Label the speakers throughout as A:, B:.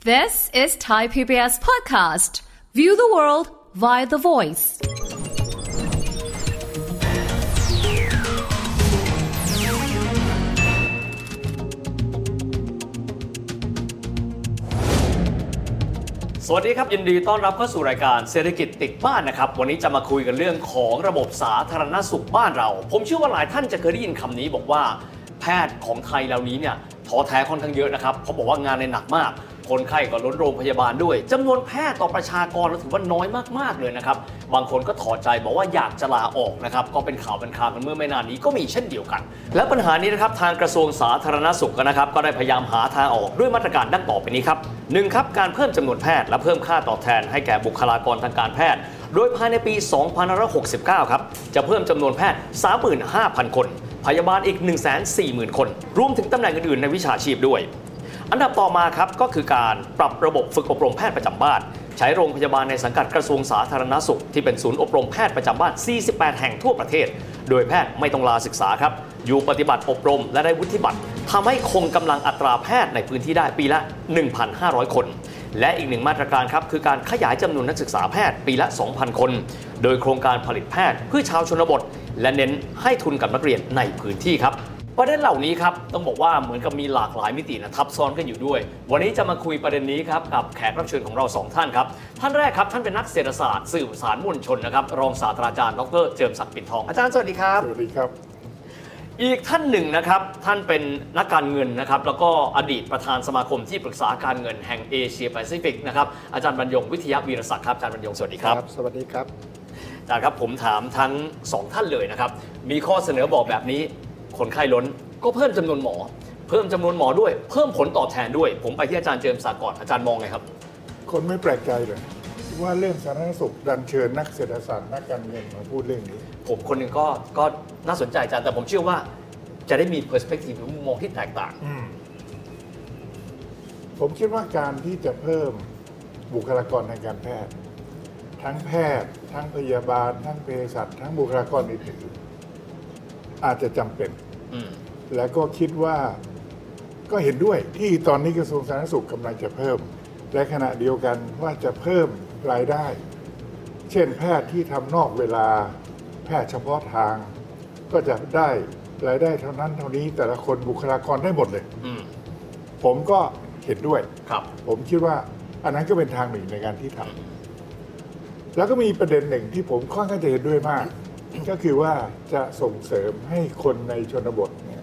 A: This is Thai PBS podcast. View the world via the voice.
B: สวัสดีครับ ยินดีต้อนรับเข้าสู่รายการเศรษฐกิจติดบ้านนะครับ วันนี้จะมาคุยกันเรื่องของระบบสาธารณสุขบ้านเรา ผมเชื่อว่าหลายท่านจะเคยได้ยินคำนี้บอกว่า แพทย์ของไทยเหล่านี้เนี่ยท้อแท้ค่อนข้างเยอะนะครับเขาบอกว่างานในยหนักมาก คนไข้ก็ล้นโรงพยาบาลด้วยจำนวนแพทย์ต่อประชากรเราถือว่าน้อยมากๆเลยนะครับบางคนก็ถอดใจบอกว่าอยากจะลาออกนะครับก็เป็นข่าวเป็นข่าวกันเมื่อไม่นานนี้ก็มีเช่นเดียวกัน และปัญหานี้นะครับทางกระทรวงสาธารณสุขนะครับก็ได้พยายามหาทางออกด้วยมาตรการดังต่อไปนี้ครับ หนึ่งครับการเพิ่มจำนวนแพทย์และเพิ่มค่าตอบแทนให้แก่บุคลากรทางการแพทย์ โดยภายในปี 2569 ครับ จะเพิ่มจำนวนแพทย์ 35,000 คน พยาบาลอีก 140,000 คน รวมถึงตำแหน่งอื่นๆในวิชาชีพด้วย อันดับต่อมาครับก็คือการปรับระบบฝึกอบรมแพทย์ประจำบ้าน ใช้โรงพยาบาลในสังกัดกระทรวงสาธารณสุข ที่เป็นศูนย์อบรมแพทย์ประจำบ้าน 48 แห่งทั่วประเทศ โดยแพทย์ไม่ต้องลาศึกษาครับ อยู่ปฏิบัติอบรมและได้วุฒิบัตรทำให้คงกำลังอัตราแพทย์ในพื้นที่ได้ปีละ 1,500 คน และอีกหนึ่งมาตรการครับคือการขยายจำนวนนักศึกษาแพทย์ปีละ 2,000 คน โดยโครงการผลิตแพทย์เพื่อชาวชนบท และเน้นให้ทุนกับนักเรียนในพื้นที่ครับ ประเด็นเหล่านี้ครับต้องบอกว่าเหมือนกับมีหลากหลายมิตินะทับซ้อนกันอยู่ด้วย วันนี้จะมาคุยประเด็นนี้ครับกับแขกรับเชิญของเราสองท่านครับท่านแรกครับท่านเป็นนักเศรษฐศาสตร์สื่อสารมวลชนนะครับรองศาสตราจารย์ดรเจิมศักดิ์ปิ่นทองอาจารย์สวัสดีครับ
C: สวัสดีครับ
B: อีกท่านหนึ่งนะครับ ท่านเป็นนักการเงินนะครับ แล้วก็อดีตประธานสมาคมที่ปรึกษาการเงินแห่งเอเชียแปซิฟิกนะครับอาจารย์บรรยงวิทยาวีรศักดิ์ครับอาจารย์บรรยงสวัสดีครับ
C: สวัสดีครับ
B: อาจารย์ครับผมถามทั้งสองท่านเลยนะครับ มีข้อเสนอบอกแบบนี้ คนไข้ล้นก็เพิ่มจำนวนหมอ เพิ่มจำนวนหมอด้วย เพิ่มผลตอบแทนด้วย ผมไปที่อาจารย์เจิมสากก่อนอาจารย์มองไงครับ
C: คนไม่แปลกใจเลยว่าเรื่องสาธารณสุขดันเชิญนักเศรษฐศาสตร์นักการเงินมาพูดเรื่องนี้
B: ผมคนหนึ่งก็ก็น่าสนใจอาจารย์แต่ผมเชื่อว่าจะได้มีเพอร์สเปกทีฟหรือมุมมองที่แตกต่าง
C: ผมคิดว่าการที่จะเพิ่มบุคลากรทางการแพทย์ ทั้งแพทย์ ทั้งพยาบาล ทั้งเภสัชทั้งบุคลากรอื่นๆอาจจะจำเป็น
B: อืม
C: แล้วก็คิดว่าก็เห็นด้วยที่ตอนนี้กระทรวงสาธารณสุขกำลังจะเพิ่ม และขณะเดียวกันว่าจะเพิ่มรายได้ เช่นแพทย์ที่ทำนอกเวลาแพทย์เฉพาะทาง ก็จะได้รายได้เท่านั้นเท่านี้แต่ละคนบุคลากรได้หมดเลย
B: อืม
C: ผมก็เห็นด้วย
B: ครับ
C: ผมคิดว่าอันนั้นก็เป็นทางหนึ่งในการที่ทำแล้วก็มีประเด็นหนึ่งที่ผมค่อนข้างจะเห็นด้วยมาก ก็คือว่าจะส่งเสริมให้คนในชนบทเนี่ย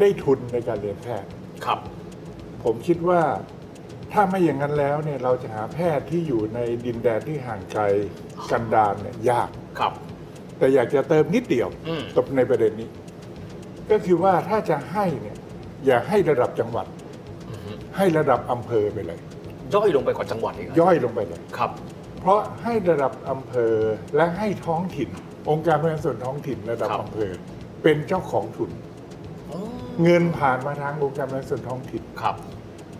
C: ได้ทุนในการเรียนแพทย์
B: ครับ
C: ผมคิดว่าถ้าไม่อย่างนั้นแล้วเนี่ยเราจะหาแพทย์ที่อยู่ในดินแดนที่ห่างไกลกันดารเนี่ยยาก
B: ครับ
C: แต่อยากจะเติมนิดเดียว
B: อืม
C: ตบในประเด็นนี้ ก็คือว่าถ้าจะให้เนี่ยอย่าให้ระดับจังหวัด ให้ระดับอำเภอไปเลย
B: ย่อยลงไปกว่าจังหวัดอีกเหร
C: ย่อยลงไปเลย
B: ครับ
C: เพราะให้ระดับอำเภอและให้ท้องถิ่น องค์การบริหารส่วนท้องถิ่นระดับ
B: ครับ
C: อำเภอ เป็นเจ้าของทุน
B: อ๋อ
C: เงินผ่านมาทางองค์การบริหารส่วนท้องถิ่น
B: ครับ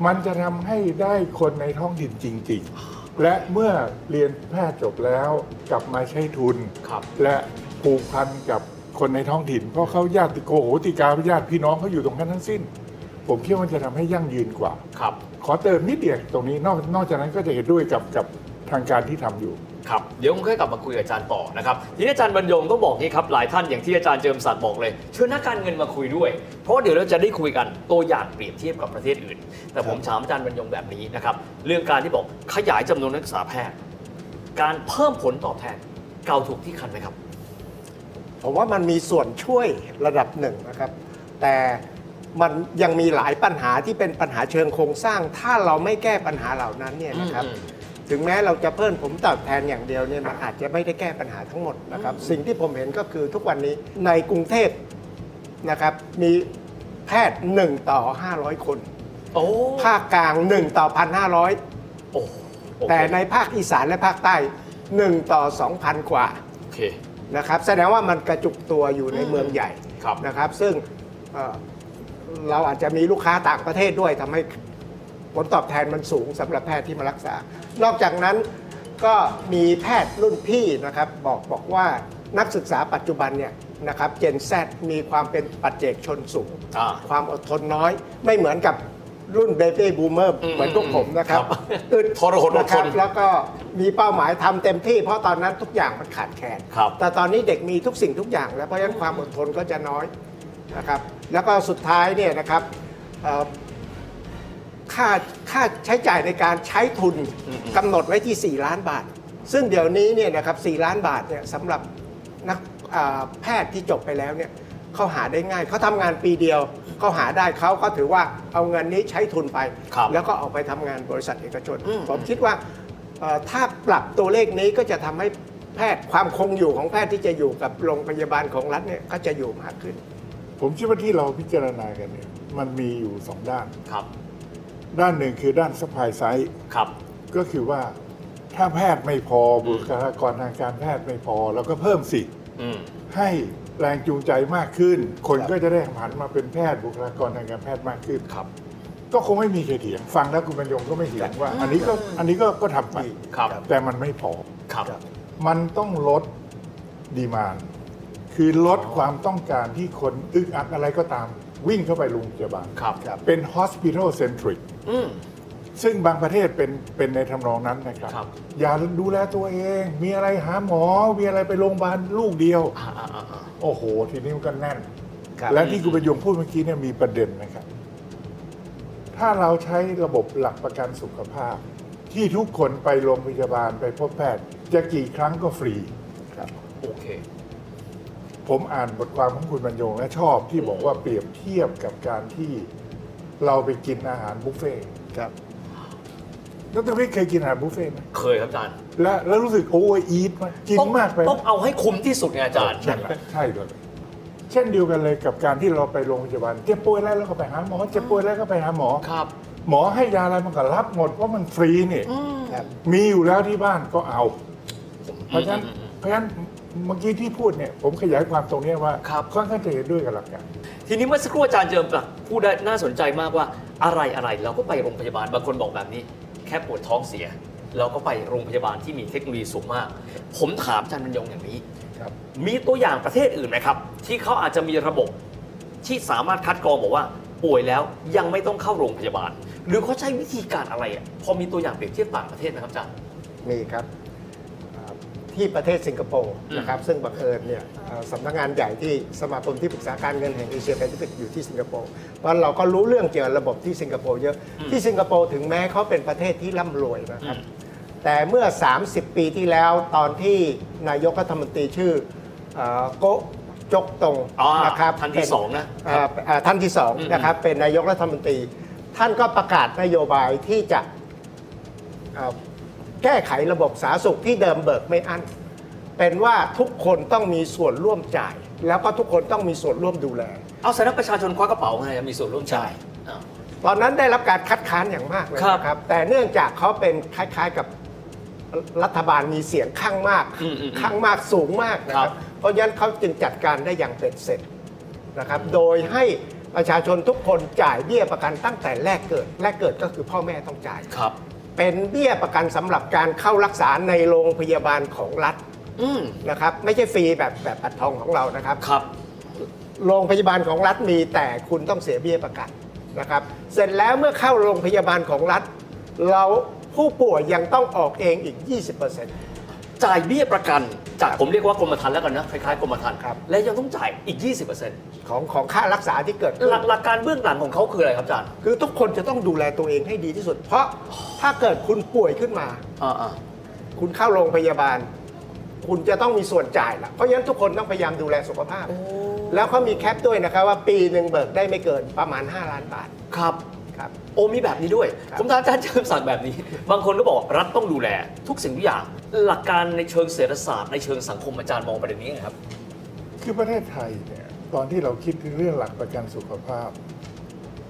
C: มันจะทำให้ได้คนในท้องถิ่นจริง ๆ และเมื่อเรียนแพทย์จบแล้วกลับมาใช้ทุน
B: ครับ
C: และผูกพันกับคนในท้องถิ่น เพราะเขาญาติโกโหติกาญาติพี่น้องเขาอยู่ตรงกันทั้งสิ้น ผมคิดว่ามันจะทำให้ยั่งยืนกว่า
B: ครับ
C: ขอเติมนิดเดียวตรงนี้นอกนอกจากนั้นก็จะเห็นด้วยกับกับทางการที่ทำอยู่
B: ครับ เดี๋ยวคงค่อยกลับมาคุยกับอาจารย์ต่อนะครับทีนี้อาจารย์บรรยงก็บอกนี่ครับหลายท่านอย่างที่อาจารย์เจิมศักดิ์บอกเลยเชิญนักการเงินมาคุยด้วย เพราะเดี๋ยวเราจะได้คุยกันตัวอย่างเปรียบเทียบกับประเทศอื่น แต่ผมถามอาจารย์บรรยงแบบนี้นะครับเรื่องการที่บอกขยายจำนวนนักศึกษาแพทย์ การเพิ่มผลตอบแทนเกาถูกที่คันไหมครับ
D: ผมว่ามันมีส่วนช่วยระดับหนึ่งนะครับ แต่มันยังมีหลายปัญหาที่เป็นปัญหาเชิงโครงสร้าง ถ้าเราไม่แก้ปัญหาเหล่านั้นเนี่ยนะครับ
B: อืม
D: ถึงแม้เราจะเพิ่มผมตอบแทนอย่างเดียวเนี่ยมันอาจจะไม่ได้แก้ปัญหาทั้งหมดนะครับ สิ่งที่ผมเห็นก็คือทุกวันนี้ในกรุงเทพนะครับมีแพทย์ 1 ต่อ 500 คน
B: โอ้
D: ภาคกลาง 1 ต่อ 1,500
B: โอ้โอเค
D: แต่ในภาคอีสานและภาคใต้ 1 ต่อ 2,000 กว่า
B: โอเค
D: นะครับแสดงว่ามันกระจุกตัวอยู่ในเมืองใหญ่
B: ครับ
D: นะครับ ซึ่งเอ่อเราอาจจะมีลูกค้าต่างประเทศด้วยทำให้ผลตอบแทนมันสูงสำหรับแพทย์ที่มารักษา นอกจากนั้นก็มีแพทย์รุ่นพี่นะครับ บอกบอกว่านักศึกษาปัจจุบันเนี่ยนะครับเจนแซมีความเป็นปัจเจกชนสูง
B: อ่า
D: ความอดทนน้อย ไม่เหมือนกับ รุ่นเบบี้บูมเมอร์เหมือนพวกผมนะครับ
B: ครับ
D: อึด
B: ทรหดอดทน
D: นะครับแล้วก็มีเป้าหมายทำเต็มที่ เพราะตอนนั้นทุกอย่างมันขาดแคลน
B: ครับ
D: แต่ตอนนี้เด็กมีทุกสิ่งทุกอย่าง แล้วเพราะฉะนั้นความอดทนก็จะน้อยนะครับ แล้วก็สุดท้ายเนี่ยนะครับเอ่อค่าค่าใช้จ่ายในการใช้ทุนกำหนดไว้ที่ 4 ล้านบาท ซึ่งเดี๋ยวนี้เนี่ยนะครับ4ล้านบาทเนี่ยสำหรับนักเอ่อแพทย์ที่จบไปแล้วเนี่ยเขาหาได้ง่ายเขาทำงานปีเดียวเขาหาได้เขาก็ถือว่าเอาเงินนี้ใช้ทุนไป
B: ครับ
D: แล้วก็ออกไปทำงานบริษัทเอกชน ผมคิดว่าเอ่อถ้าปรับตัวเลขนี้ก็จะทำให้แพทย์ความคงอยู่ของแพทย์ที่จะอยู่กับโรงพยาบาลของรัฐเนี่ยก็จะอยู่มากขึ้น
C: ผมคิดว่าที่เราพิจารณากันเนี่ยมันมีอยู่สองด้าน
B: ครับ
C: ด้านหนึ่งคือด้าน supply side
B: ครับ
C: ก็คือว่าถ้าแพทย์ไม่พอบุคลากรทางการแพทย์ไม่พอเราก็เพิ่มสิ
B: อืม
C: ให้แรงจูงใจมากขึ้น คน
D: ครับ
C: ก็จะได้หันมาเป็นแพทย์บุคลากรทางการแพทย์มากขึ้น
B: ครับ
C: ก็คงไม่มีใครเถียงฟังแล้วคุณบรรยงก็ไม่เถียงว่า อันนี้ก็อันนี้ก็ก็ทำไป
B: ครับ
C: แต่มันไม่พอ
B: ครับ
C: มันต้องลดดีมานคือลดความต้องการที่คนอึกอักอะไรก็ตาม วิ่งเข้าไปโรงพยาบาล
B: ครับ
C: เป็น hospital centric
B: อืม
C: ซึ่งบางประเทศเป็นเป็นในทำนองนั้นนะครับ
B: ครับ
C: อย่าดูแลตัวเอง มีอะไรหาหมอ มีอะไรไปโรงพยาบาลลูกเดียว
B: อ่าอ่าอ่าอ่า
C: โอ้โห ทีนี้มันก็แน่น
D: ครับ
C: และที่คุณประยงพูดเมื่อกี้เนี่ยมีประเด็นนะครับ ถ้าเราใช้ระบบหลักประกันสุขภาพ ที่ทุกคนไปโรงพยาบาลไปพบแพทย์ จะกี่ครั้งก็ฟรี
B: โอเค
C: ผมอ่านบทความของคุณบรรยงและชอบที่บอกว่าเปรียบเทียบกับการที่เราไปกินอาหารบุฟเฟ่ต์
D: ครับ
C: ดรวิทย์เคยกินอาหารบุฟเฟ่ต์ไหม
B: เคยครับอาจารย์
C: และแล้วรู้สึกโอ้ยอีทมากกิน
B: ต้อง
C: มากไป
B: ต้องเอาให้คุ้มที่สุดไงอาจารย์
C: นั่นแหละใช่เลยเช่นเดียวกันเลยกับการที่เราไปโรงพยาบาลเจ็บป่วยแล้วเราก็ไปหาหมอเจ็บป่วยแล้วก็ไปหาหมอ
B: ครับ
C: หมอให้ยาอะไรมันก็รับหมดเพราะมันฟรีนี่
D: ครับ
C: มีอยู่แล้วที่บ้านก็เอา เพราะฉะนั้นเพราะฉะนั้นเมื่อกี้ที่พูดเนี่ย ผมขยายความตรงเนี้ยว่า
B: ครับ
C: ค่อนข้างจะเห็นด้วยกับหลักการ
B: ทีนี้เมื่อสักครู่อาจารย์เจิมกลับพูดได้น่าสนใจมากว่าอะไรอะไรเราก็ไปโรงพยาบาลบางคนบอกแบบนี้ แค่ปวดท้องเสีย เราก็ไปโรงพยาบาลที่มีเทคโนโลยีสูงมาก ผมถามอาจารย์บรรยงอย่างนี้
C: ครับ
B: มีตัวอย่างประเทศอื่นไหมครับ ที่เขาอาจจะมีระบบที่สามารถคัดกรองบอกว่า ป่วยแล้วยังไม่ต้องเข้าโรงพยาบาล หรือเขาใช้วิธีการอะไรอ่ะพอมีตัวอย่างเปรียบเทียบต่างประเทศนะครับอาจารย์
D: มีครับเอ่อที่ประเทศสิงคโปร์นะครับซึ่งบังเอิญเนี่ยเอ่อสำนักงานใหญ่ที่สมาคมที่ปรึกษาการเงินแห่งเอเชียแปซิฟิกอยู่ที่สิงคโปร์เพราะเราก็รู้เรื่องเกี่ยวกับระบบที่สิงคโปร์เยอะที่สิงคโปร์ถึงแม้เขาเป็นประเทศที่ร่ำรวยนะครับแต่เมื่อ 30 ปีที่แล้วตอนที่นายกรัฐมนตรีชื่อเอ่อโกะจกตง
B: อ๋อ
D: นะครับ
B: ท่านที่
D: เป็
B: สองนะ
D: เอ่อเอ่อท่านที่สองนะครับเป็นนายกรัฐมนตรี ท่านก็ประกาศนโยบายที่จะ เอ่อแก้ไขระบบสาธารณสุขที่เดิมเบิกไม่อั้น เป็นว่าทุกคนต้องมีส่วนร่วมจ่าย แล้วก็ทุกคนต้องมีส่วนร่วมดูแล
B: เอาสนับประชาชนคว้ากระเป๋าไงมีส่วนร่วมจ่ายอ้าว
D: ตอนนั้นได้รับการคัดค้านอย่างมากเลย
B: ครับ
D: นะครับ แต่เนื่องจากเขาเป็นคล้ายๆกับรัฐบาลมีเสียงข้างมาก
B: อืมอืมอืม
D: ข้างมากสูงมากนะค
B: ครั
D: รับ บ เพราะฉะนั้นเขาจึงจัดการได้อย่างเป็นเสร็จนะครับ โดยให้ประชาชนทุกคนจ่ายเบี้ยประกันตั้งแต่แรกเกิด แรกเกิดก็คือพ่อแม่ต้องจ่าย
B: ครับ
D: เป็นเบี้ยประกันสำหรับการเข้ารักษาในโรงพยาบาลของรัฐ
B: อืม
D: นะครับ ไม่ใช่ฟรีแบบแบบบัตรทองของเรานะครับ
B: ครับ
D: โรงพยาบาลของรัฐมีแต่คุณต้องเสียเบี้ยประกันนะครับ เสร็จแล้วเมื่อเข้าโรงพยาบาลของรัฐ เราผู้ป่วยยังต้องออกเองอีก 20%
B: จ่ายเบี้ยประกัน จากผมเรียกว่ากรมธรรม์แล้วกันนะคล้ายๆกรมธรรม์
D: ครับ
B: และยังต้องจ่ายอีก 20%
D: ของของค่ารักษาที่เกิดขึ้น
B: หลักหลักการเบื้องหลังของเขาคืออะไรครับอาจารย์
D: คือทุกคนจะต้องดูแลตัวเองให้ดีที่สุด เพราะถ้าเกิดคุณป่วยขึ้นมา
B: อ่าอ่า
D: คุณเข้าโรงพยาบาล คุณจะต้องมีส่วนจ่ายละเพราะฉะนั้นทุกคนต้องพยายามดูแลสุขภาพ แล้วเขามีแคปด้วยนะครับว่าปีหนึ่งเบิกได้ไม่เกินประมาณ 5 ล้านบาท
B: ครับ
D: ครับ
B: โอ้มีแบบนี้ด้วย
D: ครับ
B: ผมถามอาจารย์เชิมสั่งแบบนี้ บางคนก็บอกรัฐต้องดูแล ทุกสิ่งทุกอย่าง หลักการในเชิงเศรษฐศาสตร์ในเชิงสังคมอาจารย์มองประเด็นนี้ไงครับ
C: คือประเทศไทยเนี่ยตอนที่เราคิดเรื่องหลักประกันสุขภาพ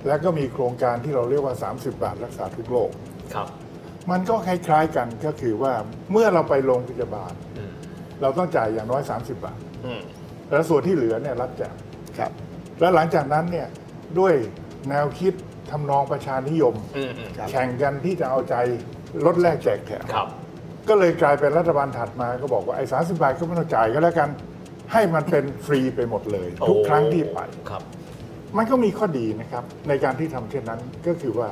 C: แล้วก็มีโครงการที่เราเรียกว่า 30 บาทรักษาทุกโรค
B: ครับ
C: มันก็คล้ายๆกันก็คือว่าเมื่อเราไปโรงพยาบาล
B: อืม
C: เราต้องจ่ายอย่างน้อย 30 บาท
B: อืม
C: แล้วส่วนที่เหลือเนี่ยรัฐจ่าย
D: ครับ
C: และหลังจากนั้นเนี่ยด้วยแนวคิดทำนองประชานิยม
B: อืมอืม
D: ครับ
C: แข่งกันที่จะเอาใจลดแลกแจกแถม
B: ครับ
C: ก็เลยกลายเป็นรัฐบาลถัดมาก็บอกว่าไอ้สาสิบาทก็ไม่ต้องจ่ายก็แล้วกัน ให้มันเป็นฟรีไปหมดเลย ทุกครั้งที่ไป
B: ครับ
C: มันก็มีข้อดีนะครับ ในการที่ทำเช่นนั้นก็คือว่า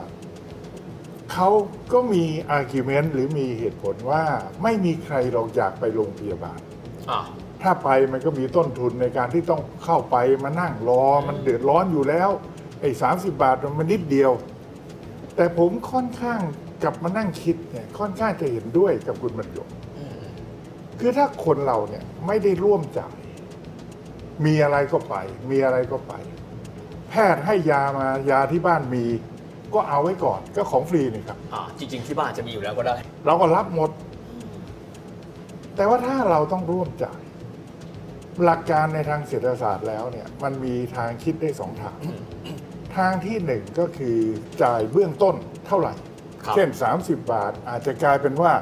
C: เขาก็มีอาร์กิวเมนต์หรือมีเหตุผลว่าไม่มีใครหรอกอยากไปโรงพยาบาล
B: อ่า
C: ถ้าไปมันก็มีต้นทุนในการที่ต้องเข้าไปมานั่งรอมันเดือดร้อนอยู่แล้ว ไอ้สาบาทมันนิดเดียว แต่ผมค่อนข้างกลับมานั่งคิดเนี่ยค่อนข้างจะเห็นด้วยกับคุณบรรยงคือถ้าคนเราเนี่ยไม่ได้ร่วมจ่าย มีอะไรก็ไป มีอะไรก็ไป แพทย์ให้ยามายาที่บ้านมี ก็เอาไว้ก่อนก็ของฟรีนี่ครับ
B: อ่า จริง ๆ ที่บ้านจะมีอยู่แล้วก็ได้
C: เราก็รับหมด แต่ว่าถ้าเราต้องร่วมจ่าย หลักการในทางเศรษฐศาสตร์แล้วเนี่ย มันมีทางคิดได้สองทาง ทางที่หนึ่งก็คือจ่ายเบื้องต้นเท่าไหร่
B: ครับ
C: เช่น 30 บาทอาจจะกลายเป็นว่า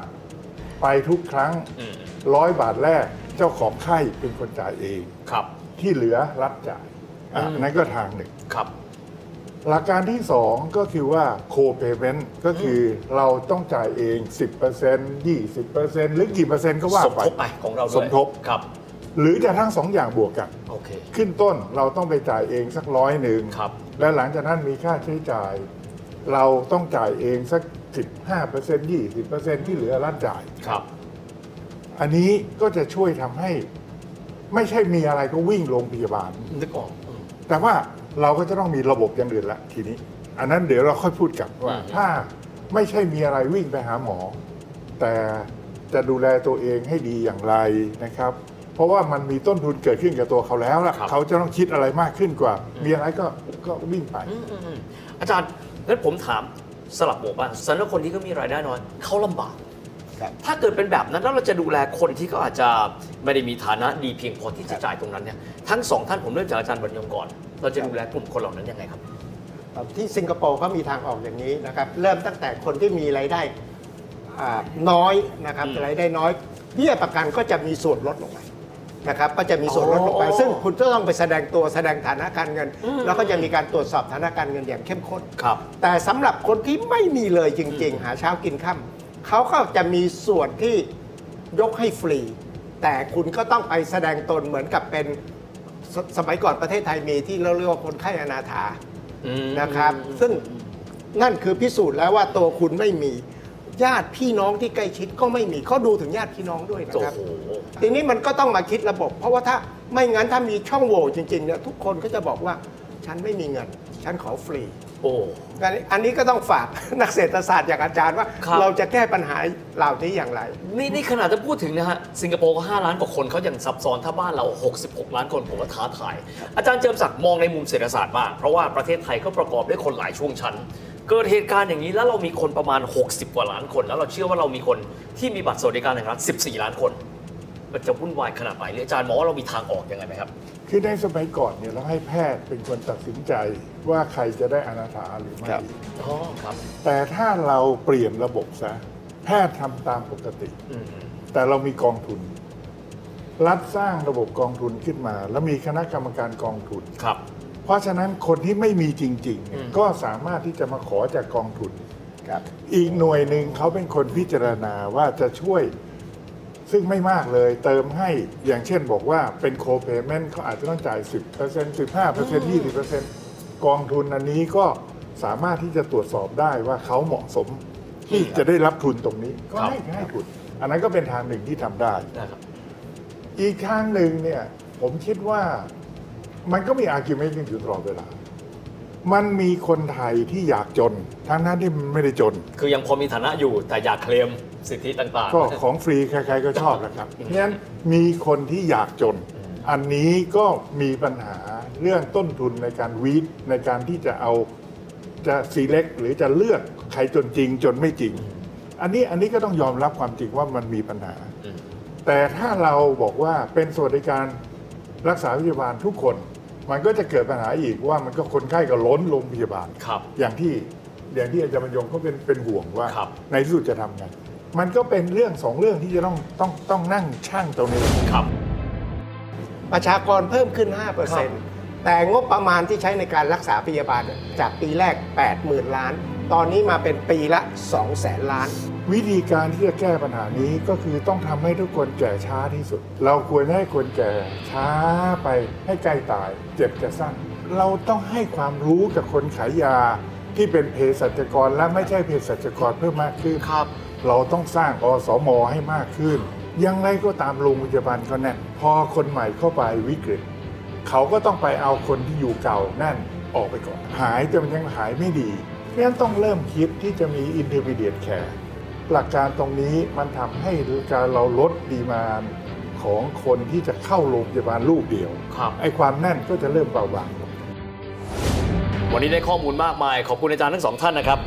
C: ไปทุกครั้ง
B: อืม
C: ร้อยบาทแรกเจ้าของไข้เป็นคนจ่ายเอง
B: ครับ
C: ที่เหลือรับจ่ายอ่ะ
B: อืม
C: นั่นก็ทางหนึ่ง
B: ครับ
C: หลักการที่ 2 ก็คือว่า co-payment ก็คือเราต้องจ่ายเอง 10% 20%หรือกี่เปอร์เซ็นต์ก็ว่า
B: สม
C: ไป
B: ทบไปของเราด้วย
C: สมทบ
B: ครับ
C: หรือจะทั้งสองอย่างบวกกัน
B: โอเค
C: ขึ้นต้นเราต้องไปจ่ายเองสักร้อยหนึ่ง
B: ครับ
C: และหลังจากนั้นมีค่าใช้จ่าย เราต้องจ่ายเองสัก 15% 20%ที่เหลือรัฐจ่าย
B: ครับ
C: อันนี้ก็จะช่วยทำให้ ไม่ใช่มีอะไรก็วิ่งโรงพยาบาล
B: นึกออกอืม
C: แต่ว่าเราก็จะต้องมีระบบอย่างอื่นละทีนี้ อันนั้นเดี๋ยวเราค่อยพูดกันว่า
B: อืม
C: ถ้าไม่ใช่มีอะไรวิ่งไปหาหมอ แต่จะดูแลตัวเองให้ดีอย่างไรนะครับ เพราะว่ามันมีต้นทุนเกิดขึ้นกับตัวเขาแล้วล่ะเขาจะต้องคิดอะไรมากขึ้นกว่า มีอะไรก็ก็วิ่งไป
B: อืมอืมอืมอาจารย์งั้นผมถามสลับหมู่บ้านสำหรับคนที่เขามีรายได้น้อยเขาลำบาก
D: ครับ
B: ถ้าเกิดเป็นแบบนั้นแล้วเราจะดูแลคนที่เขาอาจจะไม่ได้มีฐานะดีเพียงพอที่จะจ่ายตรงนั้นเนี่ยทั้งสองท่านผมเริ่มจากอาจารย์บรรยงก่อน เราจะดูแลกลุ่มคนเหล่านั้นยังไงครับ
D: ที่สิงคโปร์ก็มีทางออกอย่างนี้นะครับ เริ่มตั้งแต่คนที่มีรายได้อ่าน้อยนะครับ
B: อืม
D: รายได้น้อยเบี้ยประกันก็จะมีส่วนลดลงไปนะครับ ก็จะมีส่วนลดลงไป
B: อ๋อ
D: ซึ่งคุณจะต้องไปแสดงตัวแสดงฐานะการเงิน
B: อืม
D: แล้วก็จะมีการตรวจสอบฐานะการเงินอย่างเข้มข้น
B: ครับ
D: แต่สำหรับคนที่ไม่มีเลยจริง ๆ หาเช้ากินค่ำเขาก็จะมีส่วนที่ยกให้ฟรี แต่คุณก็ต้องไปแสดงตนเหมือนกับเป็นสสมัยก่อนประเทศไทยมีที่เราเรียกว่าคนไข้อนาถา นะครับ ซึ่งนั่นคือพิสูจน์แล้วว่าตัวคุณไม่มีญาติพี่น้องที่ใกล้ชิดก็ไม่มีเขาดูถึงญาติพี่น้องด้วยนะครับ
B: โอ้โห
D: ทีนี้มันก็ต้องมาคิดระบบ เพราะว่าถ้าไม่งั้นถ้ามีช่องโหว่จริงๆเนี่ยทุกคนก็จะบอกว่าฉันไม่มีเงิน ฉันขอฟรี
B: โอ้
D: อันนี้อันนี้ก็ต้องฝาก นักเศรษฐศาสตร์อย่างอาจารย์ว่า
B: ครับ
D: เราจะแก้ปัญหาเหล่านี้อย่างไร
B: นี่นี่ขนาดจะพูดถึงนะฮะสิงคโปร์ก็5ล้านกว่าคนเขายังซับซ้อนถ้าบ้านเรา 66 ล้านคนผมว่าท้าทาย อาจารย์เจิมศักดิ์มองในมุมเศรษฐศาสตร์บ้าง เพราะว่าประเทศไทยก็ประกอบด้วยคนหลายช่วงชั้น เกิดเหตุการณ์อย่างนี้แล้วเรามีคนประมาณ 60 กว่าล้านคน แล้วเราเชื่อว่าเรามีคนที่มีบัตรสวัสดิการแห่งรัฐ 14 ล้านคน มันจะวุ่นวายขนาดไหนหรืออาจารย์มองว่าเรามีทางออกยังไงไหมครับ
C: คือในสมัยก่อนเนี่ยเราให้แพทย์เป็นคนตัดสินใจว่าใครจะได้อนาถาหรือไม่
D: ครับ
B: อ๋อครับ
C: แต่ถ้าเราเปลี่ยนระบบซะแพทย์ทำตามปกติ
B: อืม
C: แต่เรามีกองทุน รัฐสร้างระบบกองทุนขึ้นมา แล้วมีคณะกรรมการกองทุน
B: ครับ
C: เพราะฉะนั้นคนที่ไม่มีจริงๆเนี่ย
B: อืม
C: ก็สามารถที่จะมาขอจากกองทุน
D: ครับ
C: อีกหน่วยหนึ่งเขาเป็นคนพิจารณาว่าจะช่วย ซึ่งไม่มากเลยเติมให้อย่างเช่นบอกว่าเป็นโคเ a เมนต์เขาอาจจะต้องจ่าย 10% 15% 20%กองทุนอันนี้ก็สามารถที่จะตรวจสอบได้ว่าเขาเหมาะสมที่จะได้รับทุนตรงนี้ก็ให้ให้ทุนอันนั้นก็เป็นทางหนึ่งที่ทำได้
B: นะครับ
C: อีกข้างหนึ่งเนี่ยผมคิดว่ามันก็มีอาร์กิวเมนต์อยู่ตลอดเวลา มันมีคนไทยที่อยากจน ทั้งนั้นที่มันไม่ได้จน
B: คือยังพอมีฐานะอยู่แต่อยากเคลมสิทธิต่างๆ
C: ก็ของฟรีใครๆก็ชอบนะครับเพราะฉะนั้นมีคนที่อยากจน อันนี้ก็มีปัญหาเรื่องต้นทุนในการวีดในการที่จะเอาจะซีเล็กหรือจะเลือกใครจนจริงจนไม่จริง อันนี้อันนี้ก็ต้องยอมรับความจริงว่ามันมีปัญหา
B: อืม
C: แต่ถ้าเราบอกว่าเป็นสวัสดิการรักษาพยาบาลทุกคน มันก็จะเกิดปัญหาอีกว่ามันก็คนไข้ก็ล้นโรงพยาบาล
B: ครับ
C: อย่างที่อย่างที่อาจารย์บรรยงเขาเป็นเป็นห่วงว่า
B: ครับ
C: ในที่สุดจะทำไงมันก็เป็นเรื่องสองเรื่องที่จะต้องต้องต้องนั่งช่างตรงนี้
B: ครับ
D: ประชากรเพิ่มขึ้น
B: ครับ
D: 5%แต่งบประมาณที่ใช้ในการรักษาพยาบาลเนี่ยจากปีแรก 80,000 ล้าน ตอนนี้มาเป็นปีละ 200,000 ล้าน
C: วิธีการที่จะแก้ปัญหานี้ก็คือต้องทำให้ทุกคนแก่ช้าที่สุด เราควรให้คนแก่ช้าไปให้ใกล้ตาย เจ็บจะสั้น เราต้องให้ความรู้กับคนขายยาที่เป็นเภสัชกรและไม่ใช่เภสัชกรเพิ่มมากขึ้น
B: ครับ
C: เราต้องสร้างอสมให้มากขึ้น ยังไงก็ตามโรงพยาบาลก็แน่นพอคนใหม่เข้าไปวิกฤต เขาก็ต้องไปเอาคนที่อยู่เก่านั่นออกไปก่อน หายแต่มันยังหายไม่ดี เพราะฉะนั้นต้องเริ่มคิดที่จะมี intermediate care หลักการตรงนี้มันทำให้การเราลดดีมานของคนที่จะเข้าโรงพยาบาลลูกเดียว
B: ครับ
C: ไอ้ความแน่นก็จะเริ่มเบาบางลง
B: วันนี้ได้ข้อมูลมากมาย ขอบคุณอาจารย์ทั้งสองท่านนะครับ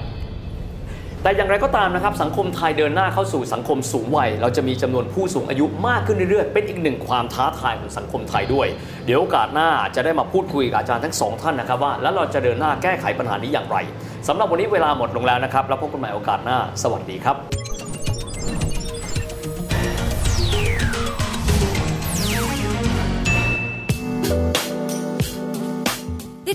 B: แต่อย่างไรก็ตามนะครับ สังคมไทยเดินหน้าเข้าสู่สังคมสูงวัย เราจะมีจำนวนผู้สูงอายุมากขึ้นเรื่อยๆ เป็นอีกหนึ่งความท้าทายของสังคมไทยด้วย เดี๋ยวโอกาสหน้าจะได้มาพูดคุยกับอาจารย์ทั้งสองท่านนะครับว่า แล้วเราจะเดินหน้าแก้ไขปัญหานี้อย่างไรสำหรับวันนี้เวลาหมดลงแล้วนะครับ แล้วพบกันใหม่โอกาสหน้า สวัสดีครับ
E: ติ